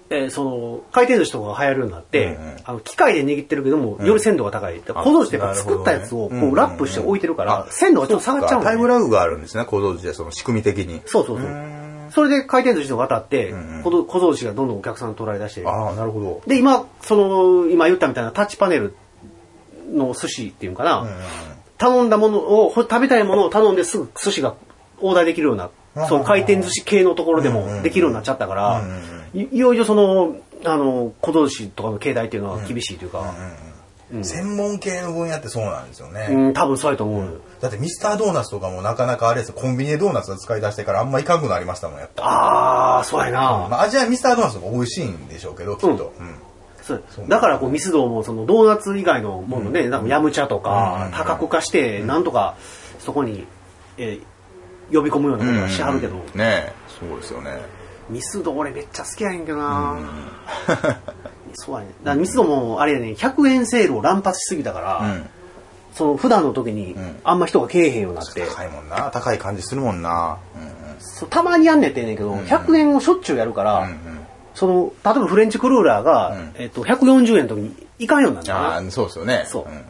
えーその、回転寿司とかが流行るようになって、うんうんあの機械で握ってるけども、より鮮度が高い。小道寺ってやっぱ作ったやつをなるほどねこうラップして置いてるから、鮮度がちょっと下がっちゃうんだタイよムね、ラグがあるんですね、小道寺で、その仕組み的に。そうそうそうう。ーんそれで回転寿司の渡ってんうん、小道小道寺がどんどんお客さんを取られ出してる。ああ、なるほど。で、今、その、今言ったみたいなタッチパネルの寿司っていうのかな、頼んだものを、ほ食べたいものを頼んですぐ寿司がオーダーできるようなうん、その回転寿司系のところでもできるようになっちゃったから、いいよいよその、あの、小道士とかの携帯っていうのは厳しいというか、うん専門系の分野ってそうなんですよね。うん、多分そうやと思う。だってミスタードーナツとかもなかなかあれですよコンビニでドーナツを使い出してからあんまいかんくなりましたもん、やっぱ。あー、そうやな。まあ、味はミスタードーナツの方が美味しいんでしょうけど、きっと。うんそうだからこうミスドもそのドーナツ以外のものね、なんかヤムチャとうかん多角化してなんとかそこに、えー呼び込むようなことはしはるけど、ねえ、そうですよね。ミスド俺めっちゃ好きやねんけどな、そうやねだからミスドもあれやね100円セールを乱発しすぎたから、うん。その普段の時にあんま人がけえへんようになって、高いもんな、高い感じするもんな。そうたまにやんねんってんねんけど、100円をしょっちゅうやるから、うんうん。その例えばフレンチクルーラーが、えっと140円の時にいかんようになるんだよなああ、そうですよね。そうんん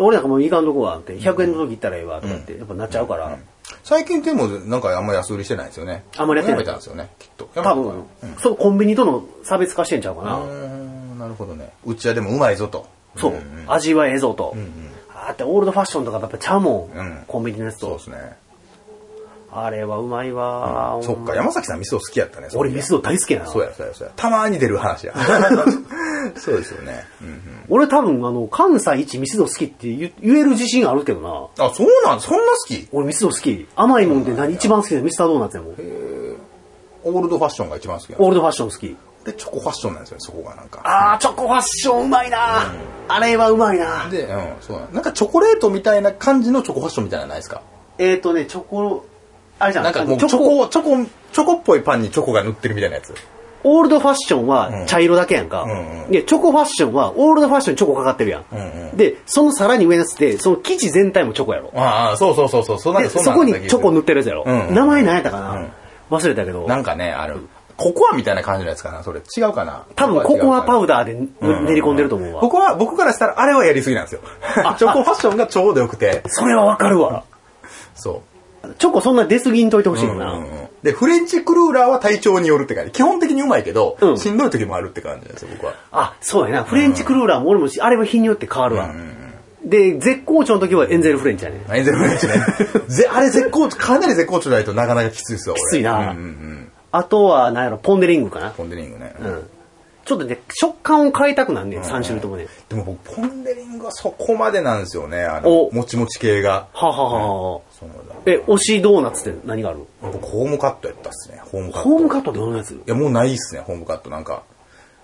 俺なんかもういかんとこはあって、100円の時行ったらええわとかって、やっぱなっちゃうから、最近でもなんかあんま安売りしてないですよね。あんまりやってないやめたんですよね、きっと。多分、そうコンビニとの差別化してんちゃうかうな。ーんなるほどね。うちはでもうまいぞと。そう、んん味はええぞと。あーってオールドファッションとかやっぱちゃうもん、うんコンビニのやつそうでと。すね。あれはうまいわ、そっか、山崎さんミスド好きやったね。俺ミスド大好きやな。そうや、そうや、そうや。たまに出る話や。そうですよね。うんうん俺多分、あの、関西一ミスド好きって言言える自信あるけどな。あ、そうなん、そんな好き俺ミスド好き。甘いもんで何一番好きでミスタードーナツやもん。オールドファッションが一番好きなのオールドファッション好き。で、チョコファッションなんですよね、そこがなんか。あー、チョコファッションうまいな、あれはうまいなで、うん、そうなんなんかチョコレートみたいな感じのチョコファッションみたいなのないですかえーとね、チョコ、あれじゃん。なんかもうチチョョコ、コ、チョコ、チョコっぽいパンにチョコが塗ってるみたいなやつ。オールドファッションは茶色だけやんか。うんうんで、チョコファッションは、オールドファッションにチョコかかってるやん。んうで、そのさらに上のやつで、その生地全体もチョコやろ。ああ、そうそうそうそう、そうなんで、かそんそなこんにだった気がするチョコ塗ってるやつやろ。うんうん名前何やったかな、うん忘れたけど。なんかね、ある。ココアみたいな感じのやつかなそれ違うかな多分ココアパウウダーで練り込んでると思うわ。僕は、僕からしたらあれはやりすぎなんですよ。 チョコファッションがちょうどよくて。それはわかるわ。そ。チョコそんな出過ぎんといてほしいうよな。うんうんうんで、フレンチクルーラーは体調によるって感じ。基本的にうまいけど、うんしんどい時もあるって感じなんですよ、僕は。あ、そうやな。フレンチクルーラーも俺もし、あれは日によって変わるわ。うんうんで、絶好調の時はエンゼルフレンチやね。エンゼルフレンチね。ぜあれ絶好調、かなり絶好調じゃないとなかなかきついですよ、俺。きついなうんうんうん。あとは、なんやろ、ポンデリングかな。ポンデリングね。うん。ちょっとね、食感を変えたくなんね、3種類ともね。でも僕、ポンデリングはそこまでなんですよね、あのお、もちもち系が。はあはあはあそうなんだ。え、推しドーナツって何がある僕、ホームカットやったっすね、ホームカット。ホームカットってどんなやついや、もうないっすね、ホームカットなんか。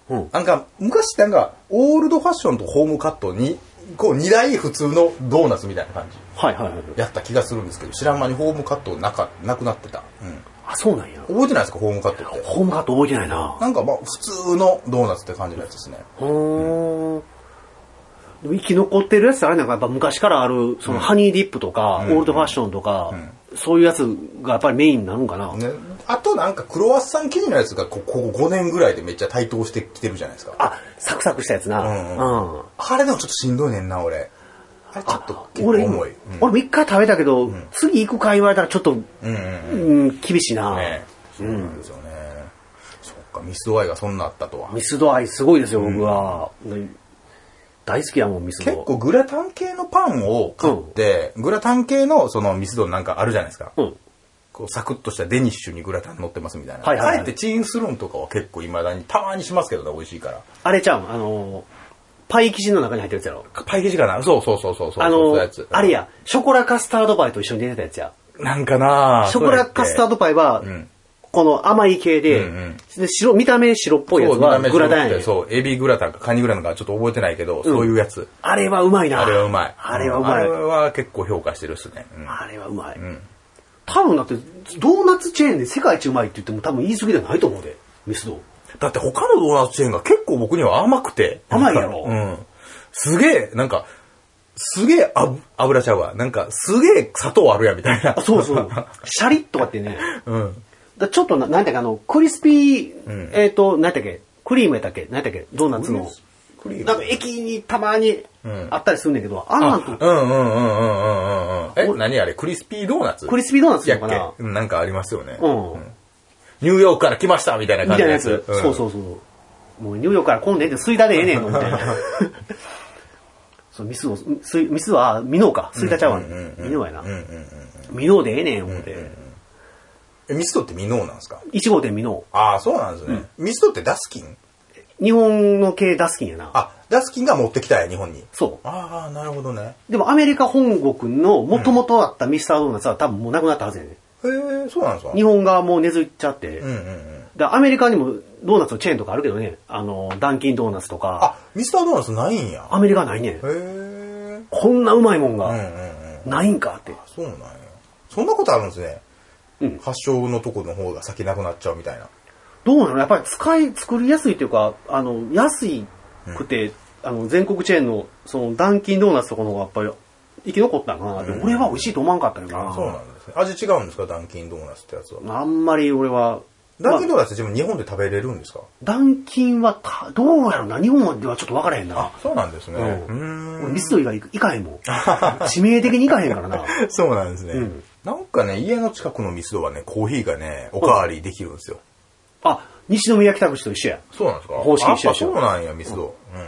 うん。なんか、昔なんか、オールドファッションとホームカットに、こう、二大普通のドーナツみたいな感じ。はいはいはい。やった気がするんですけど、知らん間にホームカットなか、なくなってた。うん。あ、そうなんや。覚えてないですか、ホームカットって。ホームカット覚えてないな。なんかまあ、普通のドーナツって感じのやつですね。ほーん。でも生き残ってるやつってあれなんかやっぱ昔からある、そのハニーディップとか、オールドファッションとか、そういうやつがやっぱりメインになるんかな。ね、あとなんかクロワッサン生地のやつがこここ5年ぐらいでめっちゃ台頭してきてるじゃないですか。あ、サクサクしたやつな。うんうんあれでもちょっとしんどいねんな、俺。あれちょっと結構俺、重い。うん俺も一回食べたけど、次行くか言われたらちょっと、うんうんうん。うん、厳しいな。ねそうなんですよね。そっか、ミスドアイがそんなあったとは。ミスド愛すごいですよ、僕は。大好きやもん、ミスド。結構グラタン系のパンを買って、グラタン系のそのミスドなんかあるじゃないですか。うん。こうサクッとしたデニッシュにグラタン乗ってますみたいな。はいはいはいあえてチーンスロンとかは結構未だにたまにしますけどね、美味しいから。あれちゃうん、あのー、パイ生地の中に入ってるやつやろ。パイ生地かなそうそうそうそうそう。あそのういうやーつ、あれ。や、ショコラカスタードパイと一緒に出てたやつや。なんかなショコラカスタードドパイはん、この甘い系でうんうん、で白、見た目白っぽいやつはグラタンやねんそう、エビグラタンかカニグラタンかちょっと覚えてないけど、そういうやつ。あれはうまいな。あれはうまい。あれはうまいあれ。は結構評価してるっすね。うんあれはうまい。多分だって、ドーナツチェーンで世界一うまいって言っても多分言い過ぎではないと思うで、ミスド。だって他のドーナツチェーンが結構僕には甘くて。甘いやろうん。すげえ、なんか、すげえあぶ油ちゃうわ。なんか、すげえ砂糖あるや、みたいな。あ、そうそう。 シャリッとかってね。うん。だちょっとな、なんだかあの、クリスピー、えっ、と、なんだっけ、クリームやったっけ何やったっけドーナツの。クリームなんか駅にたまにんあったりするんだけど、あんなんと うんうんうんうんうんうんうん。え、何あれクリスピードーナツクリスピードーナツやなのかっなけうんなんかありますよね。うん。ニューヨークから来ましたみたいなみた感いじなやのやつつ。。そうそうそう。もうニューヨークから混んでんて、水田でええねん の、みたいな。そう、ミスを、すミスは、ミノーか。水田ちゃうわね。ミノーやなうん。うんうんうん。ミノーでええねん、思って。え、ミストってミノーなんですか1号店ミノああ、そうなんですね。ミストってダスキンー。日本の系ダスキンやな。あ、ダスキンが持ってきたんや、日本に。そああ、なるほどね。う。でもアメリカ本国の元々あったミスタードーナツは多分もうなくなったはずやね。へえ、そうなんですか日本側もう根付いちゃって。うんうんうん。だからアメリカにもドーナツのチェーンとかあるけどね。あの、ダンキンドーナツとか。あ、ミスタードーナツないんや。アメリカないねんへえ。。うんこんなうまいもんうんうが、ん。ないんかって。そうなんや。そんなことあるんですね。うん発祥のとこの方が先なくなっちゃうみたいな。どうなのやっぱり使い、作りやすいというか、あの、安いくて、あの、全国チェーンの、その、ダンキンドーナツとかの方がやっぱり、生き残ったんかな、ん俺は美味しいと思わんかったよな。そうなんですね。味違うんですかダンキンドーナツってやつは。あんまり俺は、ダンキンまあドーナツって自分日本で食べれるんですかダンキンはた、どうやろな、日本ではちょっと分からへんな。そうなんですね。ううんー俺、ん。ミスト以外行かへんもん。致命的に行かへんからな。そうなんですね、うんなんかね、家の近くのミスドはね、コーヒーがね、おかわりできるんですよ。あ、西宮北口と一緒や。そうなんですか方式一緒でしょあそうなんや、ミスド。うん。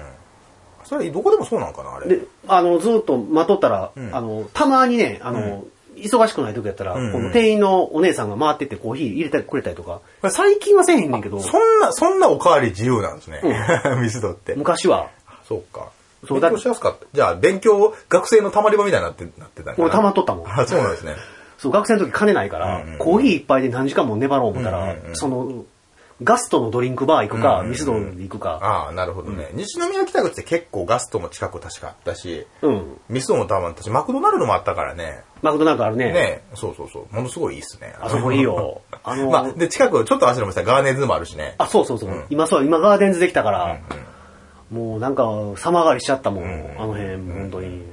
それ、どこでもそうなんかな、あれ。で、あの、ずっと待っとったら、んあの、たまにね、あの、忙しくない時やったら、うんうんこの店員のお姉さんが回ってってコーヒー入れてくれたりとか、最近はせえへんねんけど、そんな、そんなおかわり自由なんですね。 ミスドって。昔は、そうか。そうだ勉強しやすかった。じゃあ、勉強、学生のたまり場みたいになって、なってたんか俺な。たまっとったもん。あ、 そうなんですね。そう、学生の時金ないから、うんうんコーヒー一杯で何時間も粘ろう思ったら、うんうんうんその、ガストのドリンクバー行くか、うんうんうんミスドに行くか、ああ、なるほどね。西宮北口って結構ガストも近く確かあったし、うん、ミスドもたまったし、マクドナルドもあったからね。マクドナルドあるね。ねそうそうそう。ものすごいいいっすね。。あそこいいよああのの、 まあ、で、近く、ちょっと足伸ばしたガーネーズもあるしね。あ、そうそうそう。今そう、今ガーデンズできたから、もうなんか、様変わりしちゃったもん、んあの辺、本当に。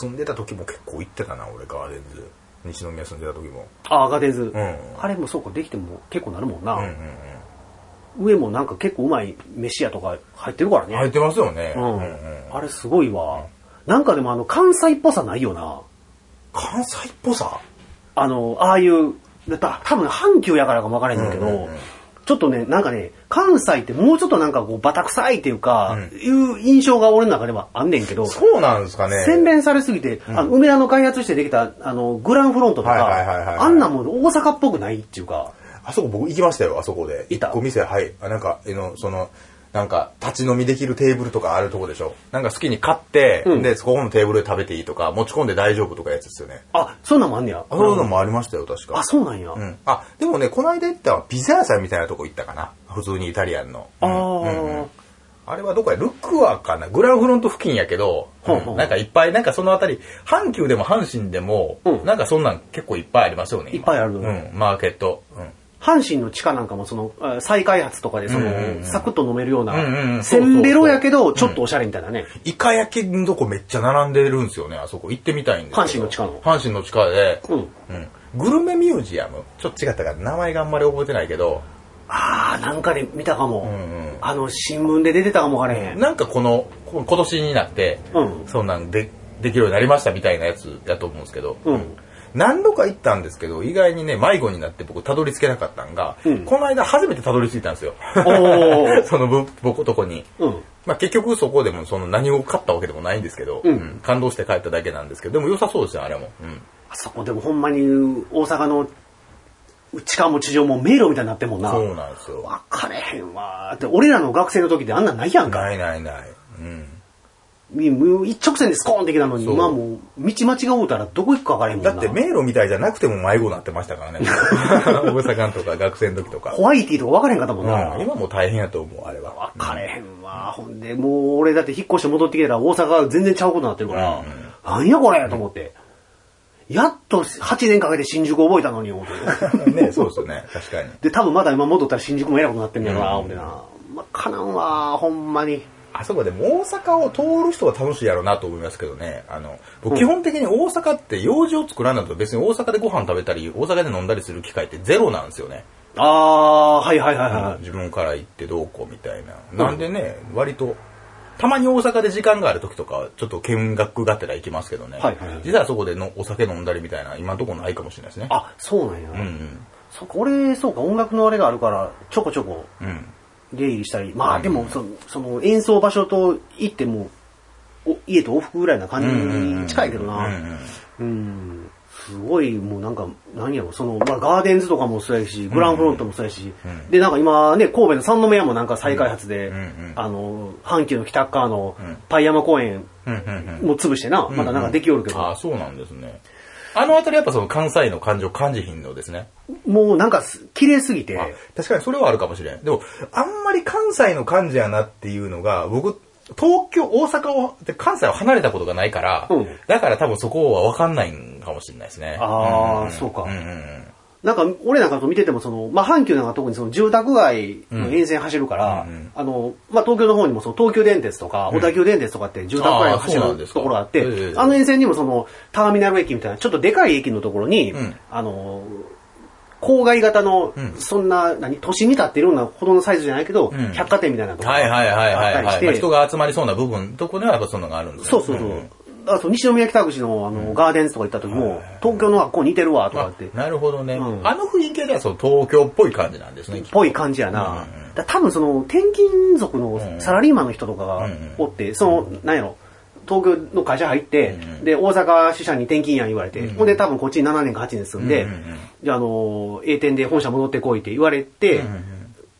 住んでた時も結構行ってたな、俺、ガーネーズ。西宮住んでた時も。ああ、ガーデンズ。んあれもそうか、できても結構なるもんな。うんうんうん。上もなんか結構うまい飯屋とか入ってるからね。入ってますよね。うん。うんうんあれすごいわ。なんかでもあの、関西っぽさないよな。関西っぽさあの、ああいう、だた多分阪急やからかもわからへんねんけど、うんうんうんちょっとね、なんかね、関西ってもうちょっとなんかこう、バタ臭いっていうか、うんいう印象が俺の中ではあんねんけど、そうなんですかね。洗練されすぎて、あの梅田の開発してできた、あの、グランフロントとか、はいはいはいはいあんなもん大阪っぽくないっていうか、あそこ僕行きましたよ、あそこで。行った一個店、はい。あなんか、あの、その、なんか、立ち飲みできるテーブルとかあるとこでしょ。なんか好きに買って、うんで、そこのテーブルで食べていいとか、持ち込んで大丈夫とかやつですよね。あ、そんなんもあんねや。あそういうのもありましたよ、確か。あ、そうなんや。うん。あ、でもね、この間行ったのはピザ屋さんみたいなとこ行ったかな。普通にイタリアンの。あうんあ、うんうんあれはどこやルックワーかなグランフロント付近やけど、ほうほうなんかいっぱい、なんかそのあたり、阪急でも阪神でも、うんなんかそんなん結構いっぱいありますよね。今いっぱいあるうん、マーケット。うん阪神の地下なんかもその、あ再開発とかでその、うんうんうんサクッと飲めるような、うんうんうんせんべろやけど、ちょっとおしゃれみたいなね。イカ焼きのとこめっちゃ並んでるんですよね、あそこ。行ってみたいんですけど阪神の地下の阪神の地下で。うん。うん。グルメミュージアム。ちょっと違ったから、名前があんまり覚えてないけど。ああ、なんかで見たかも、うんうんあの、新聞で出てたかもわからへん。なんかこの、こ今年になって、うんそんなんで、できるようになりましたみたいなやつだと思うんですけど。うん。何度か行ったんですけど、意外にね、迷子になって僕たどり着けなかったんが、うんこの間初めてたどり着いたんですよ。おー そのぶ僕とこに。うん。まあ結局そこでもその何を買ったわけでもないんですけど、うんうん感動して帰っただけなんですけど、でも良さそうですよ、あれも。うんあそこでもほんまに、大阪の地下も地上も迷路みたいになってんもんな。そうなんですよ。わかれへんわーって、俺らの学生の時であんなんないやんか。ないないない。うん。みもう一直線でスコーンってきたのに、そうまあもう、道間違うたらどこ行くかわからへんもんだな。って迷路みたいじゃなくても迷子になってまし たからね。大阪とか学生の時とか。ホワイティとか分からへんかったもんな。うん今も大変やと思う、あれは。分かれへんわ。ほんで、もう俺だって引っ越して戻ってきたら大阪は全然ちゃうことになってるから、なんやこれと思って。やっと8年かけて新宿覚えたのに、思って ね、そうですよね。確かに。で、多分まだ今戻ったら新宿もえらいことになってんねやろな、うん思ってな。まあ、かなんわ、ほんまに。あそこでも大阪を通る人は楽しいやろうなと思いますけどね。あの、僕基本的に大阪って用事を作らんだと別に大阪でご飯食べたり、大阪で飲んだりする機会ってゼロなんですよね。ああー、はいはいはいはい。自分から行ってどうこうみたいな。なんでね、割と、たまに大阪で時間がある時とか、ちょっと見学がてら行きますけどね。はいはいはい実はそこでのお酒飲んだりみたいな、今のところないかもしれないですね。あ、そうなんや。うんうん。そっか、俺、そうか、音楽のあれがあるから、ちょこちょこうん。出入りしたり、まあでもその、その演奏場所と行っても、お家と往復ぐらいな感じに近いけどうんうな。んうん。すごい、もうなんか、何やろ、その、まあ、ガーデンズとかもそうやし、グランフロントもそうやし、んで、なんか今ね、神戸の三宮もなんか再開発で、うんうんあの、阪急の北側のんパイ山公園うんうんうんも潰してな、またなんかできおるけど、ああ、そうなんですね。あのあたりやっぱその関西の感情感じひんのですね。もうなんかす、綺麗すぎて、確かにそれはあるかもしれん。でも、あんまり関西の感じやなっていうのが、僕、東京、大阪を、で関西を離れたことがないから、うんだから多分そこは分かんないんかもしれないですね。あーんんんそうかんんんなんか、俺なんかと見てても、その、まあ、阪急なんか特にその住宅街の沿線走るから、うんうんうんあの、まあ、東京の方にもその東急電鉄とか、小田急電鉄とかって住宅街を走あーそうなんでるすかところがあって、ええあの沿線にもその、ターミナル駅みたいな、ちょっとでかい駅のところに、うんあの、郊外型のうん、そんな、何、都心に立ってるようなほどのサイズじゃないけど、うん百貨店みたいなところはいはいはいあはっい、たりはしいまあ。人て、が集まりそうな部分、とこではやっぱそんなのがあるんですねそうそうそう。んんだからその西宮北口のあの、ガーデンズとか行った時も、東京の学校似てるわ、とかって。あなるほどね、うんあの雰囲気ではその東京っぽい感じなんですね。っぽい感じやな。うんうんだ多分その転勤族んのサラリーマンの人とかがうんうんおって、その、なんやろ、東京の会社入って、うんうんで、大阪支社に転勤やん言われて、うんうんほんで多分こっちに7年か8年住んで、うんうんうんじゃあ、あの、A 店で本社戻ってこいって言われて、うんうんうん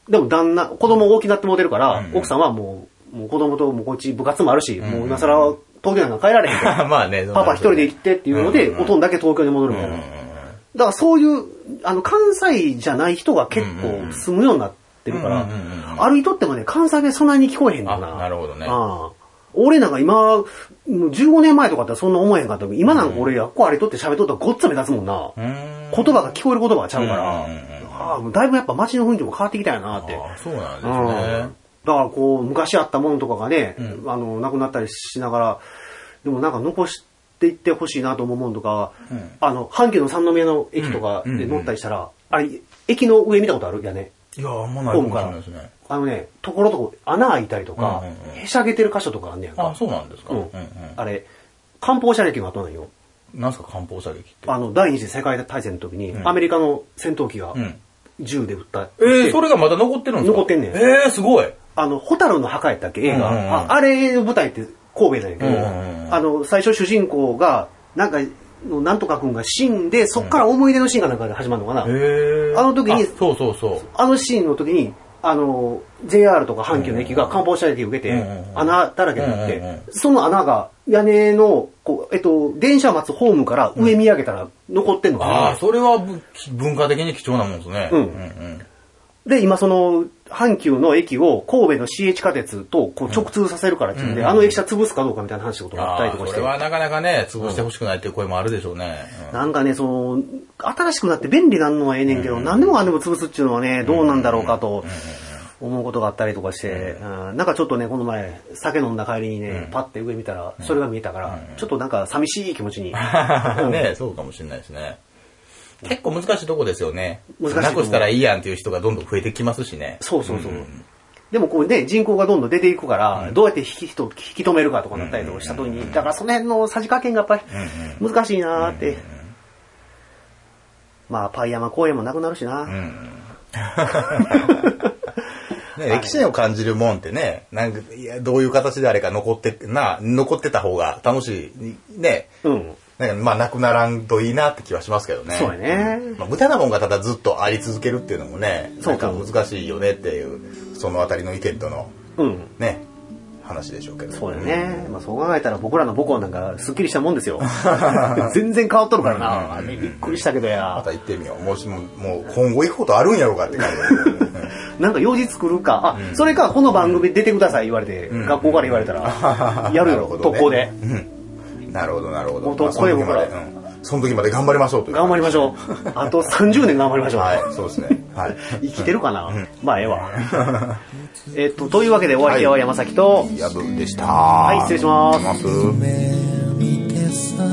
でも旦那、子供大きくなってもうてるから、うんうん奥さんはもう、もう子供ともうこっち部活もあるし、んうんもう今更東京なんか帰られへん から。まあね、パパ一人で行ってっていうので、うんうんおとんだけ東京に戻るみたいな。だからそういう、あの、関西じゃない人が結うんうんうん構住むようになってるからうんうんうんう、んある人ってもね、関西弁そんなに聞こえへんのな。あなるほどねああ俺なんか今、もう15年前とかだってそんな思えへんかったけど、今なんか俺、やっこあれとって喋っとったらごっつ目立つもんな。う言ん。葉が聞こえる言葉がちゃうから、うんうんうんああもうだいぶやっぱ街の雰囲気も変わってきたよなって。あそうなんですうんね。だからこう、昔あったものとかがね、うあの、なくなったりしながら、でもなんか残していってほしいなと思うものとか、うんあの、阪急の三宮の駅とかうんうんうでん乗ったりしたら、あれ、駅の上見たことあるやね。いや、あんまないかもしれないですね。あのね、ところどころ穴開いたりとか、うんうんうんへしゃげてる箇所とかあんねやんか。あ、そうなんですか。ううんんうんあれ、艦砲射撃の後なんよ。なんすか、漢方射撃って。あの、第二次世界大戦の時に、んアメリカの戦闘機がうん銃で撃った。ええ、それがまだ残ってるんですか残ってんねんええ、すごい。あの、ホタルの墓やったっけ映画、うんうんうんあ。あれの舞台って神戸なんやけど、うんうんうんあの、最初主人公が、なんか、のなんとか君が死んで、そっから思い出のシーンがなんかで始まるのかな。ええ。あの時にあそうそうそう。あのシーンの時に、あの、JR とか阪急の駅が艦砲射撃を受けて、うんうんうん穴だらけになっうんうんうんて、その穴が屋根の、こう、えっと、電車待つホームから上見上げたら残ってんのかな。ああ、それはぶ文化的に貴重なもんですね。うんん。で、今その、阪急の駅を神戸の市営地下鉄とこう直通させるからっていうんで、うんあの駅舎潰すかどうかみたいな話とかあったりあとあ、かしそてれ。はなかなかね、潰してほしくないっていう声もあるでしょうね。なんかね、その、新しくなって便利なんのはええねんけど、何でもかんでも潰すっていうのはね、どうなんだろうかと思うことがあったりとかして、うんなんかちょっとね、この前、酒飲んだ帰りにね、パッて上見たら、それが見えたから、ちょっとなんか寂しい気持ちに。うんねそうかもしれないですね。結構難しいとこですよね。難しいとこなくしたらいいやんっていう人がどんどん増えてきますしね。そうそうそう。でもこうね、人口がどんどん出ていくから、どうやって引き人を引き止めるかとかなったりとかした時に、だからその辺のさじ加減がやっぱり難しいなーって。まあ、パイ山公園もなくなるしな。 ね、歴史を感じるもんってね、なんか、いや、どういう形であれか残って、な、残ってた方が楽しい、ね、うん。なんかまあ、なくならんといいなって気はしますけどね。そうやねんまあ、無駄なもんがただずっとあり続けるっていうのもね、そうかなんか難しいよねっていう、そのあたりの意見との、うん。ね、話でしょうけど。そうだよね。まあそう考えたら僕らの母校なんかすっきりしたもん ですよ。全然変わっとるからな。あれびっくりしたけどまや。た行ってみよう。もしも、もう今後行くことあるんやろうかって感じ。なんか用事作るか、あ、それかこの番組出てください言われて、ん学校から言われたら、やる なよ、ほどね特攻で。うんなるほど、なるほど。もう特攻まあでその僕時まで、うんその時まで頑張りましょうという。頑張りましょう。 あと30年頑張りましょう。はい、そうですね。はい。生きてるかなまあええわ。えっと、というわけでお相手は山崎と、やぶでした。はい、は失礼します。ます。ます夢見てさ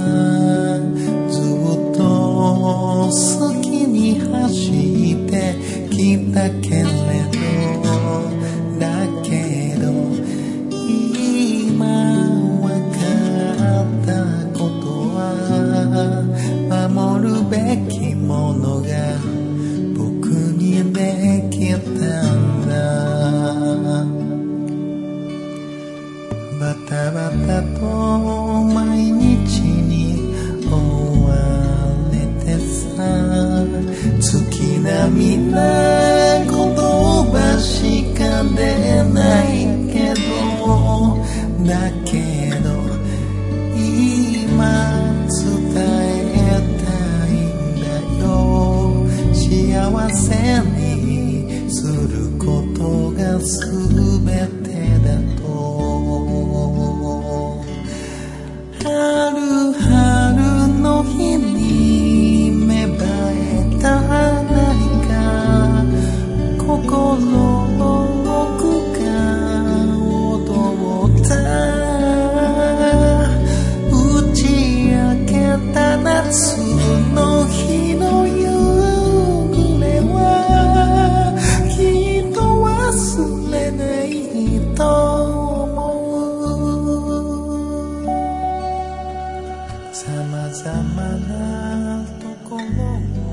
ずっと好きに走ってききだけれどだけど今わかったことは守るべきものが僕にできたんだバタバタと毎日に追われてさ月並みな言葉しか出ないけどだけど今伝えたいんだよ幸せにすることが全てだと春春の日に芽生えた何か心の奥が踊った打ち明けた夏の日の夕暮れはきっと忘れないと思うさまざまなところが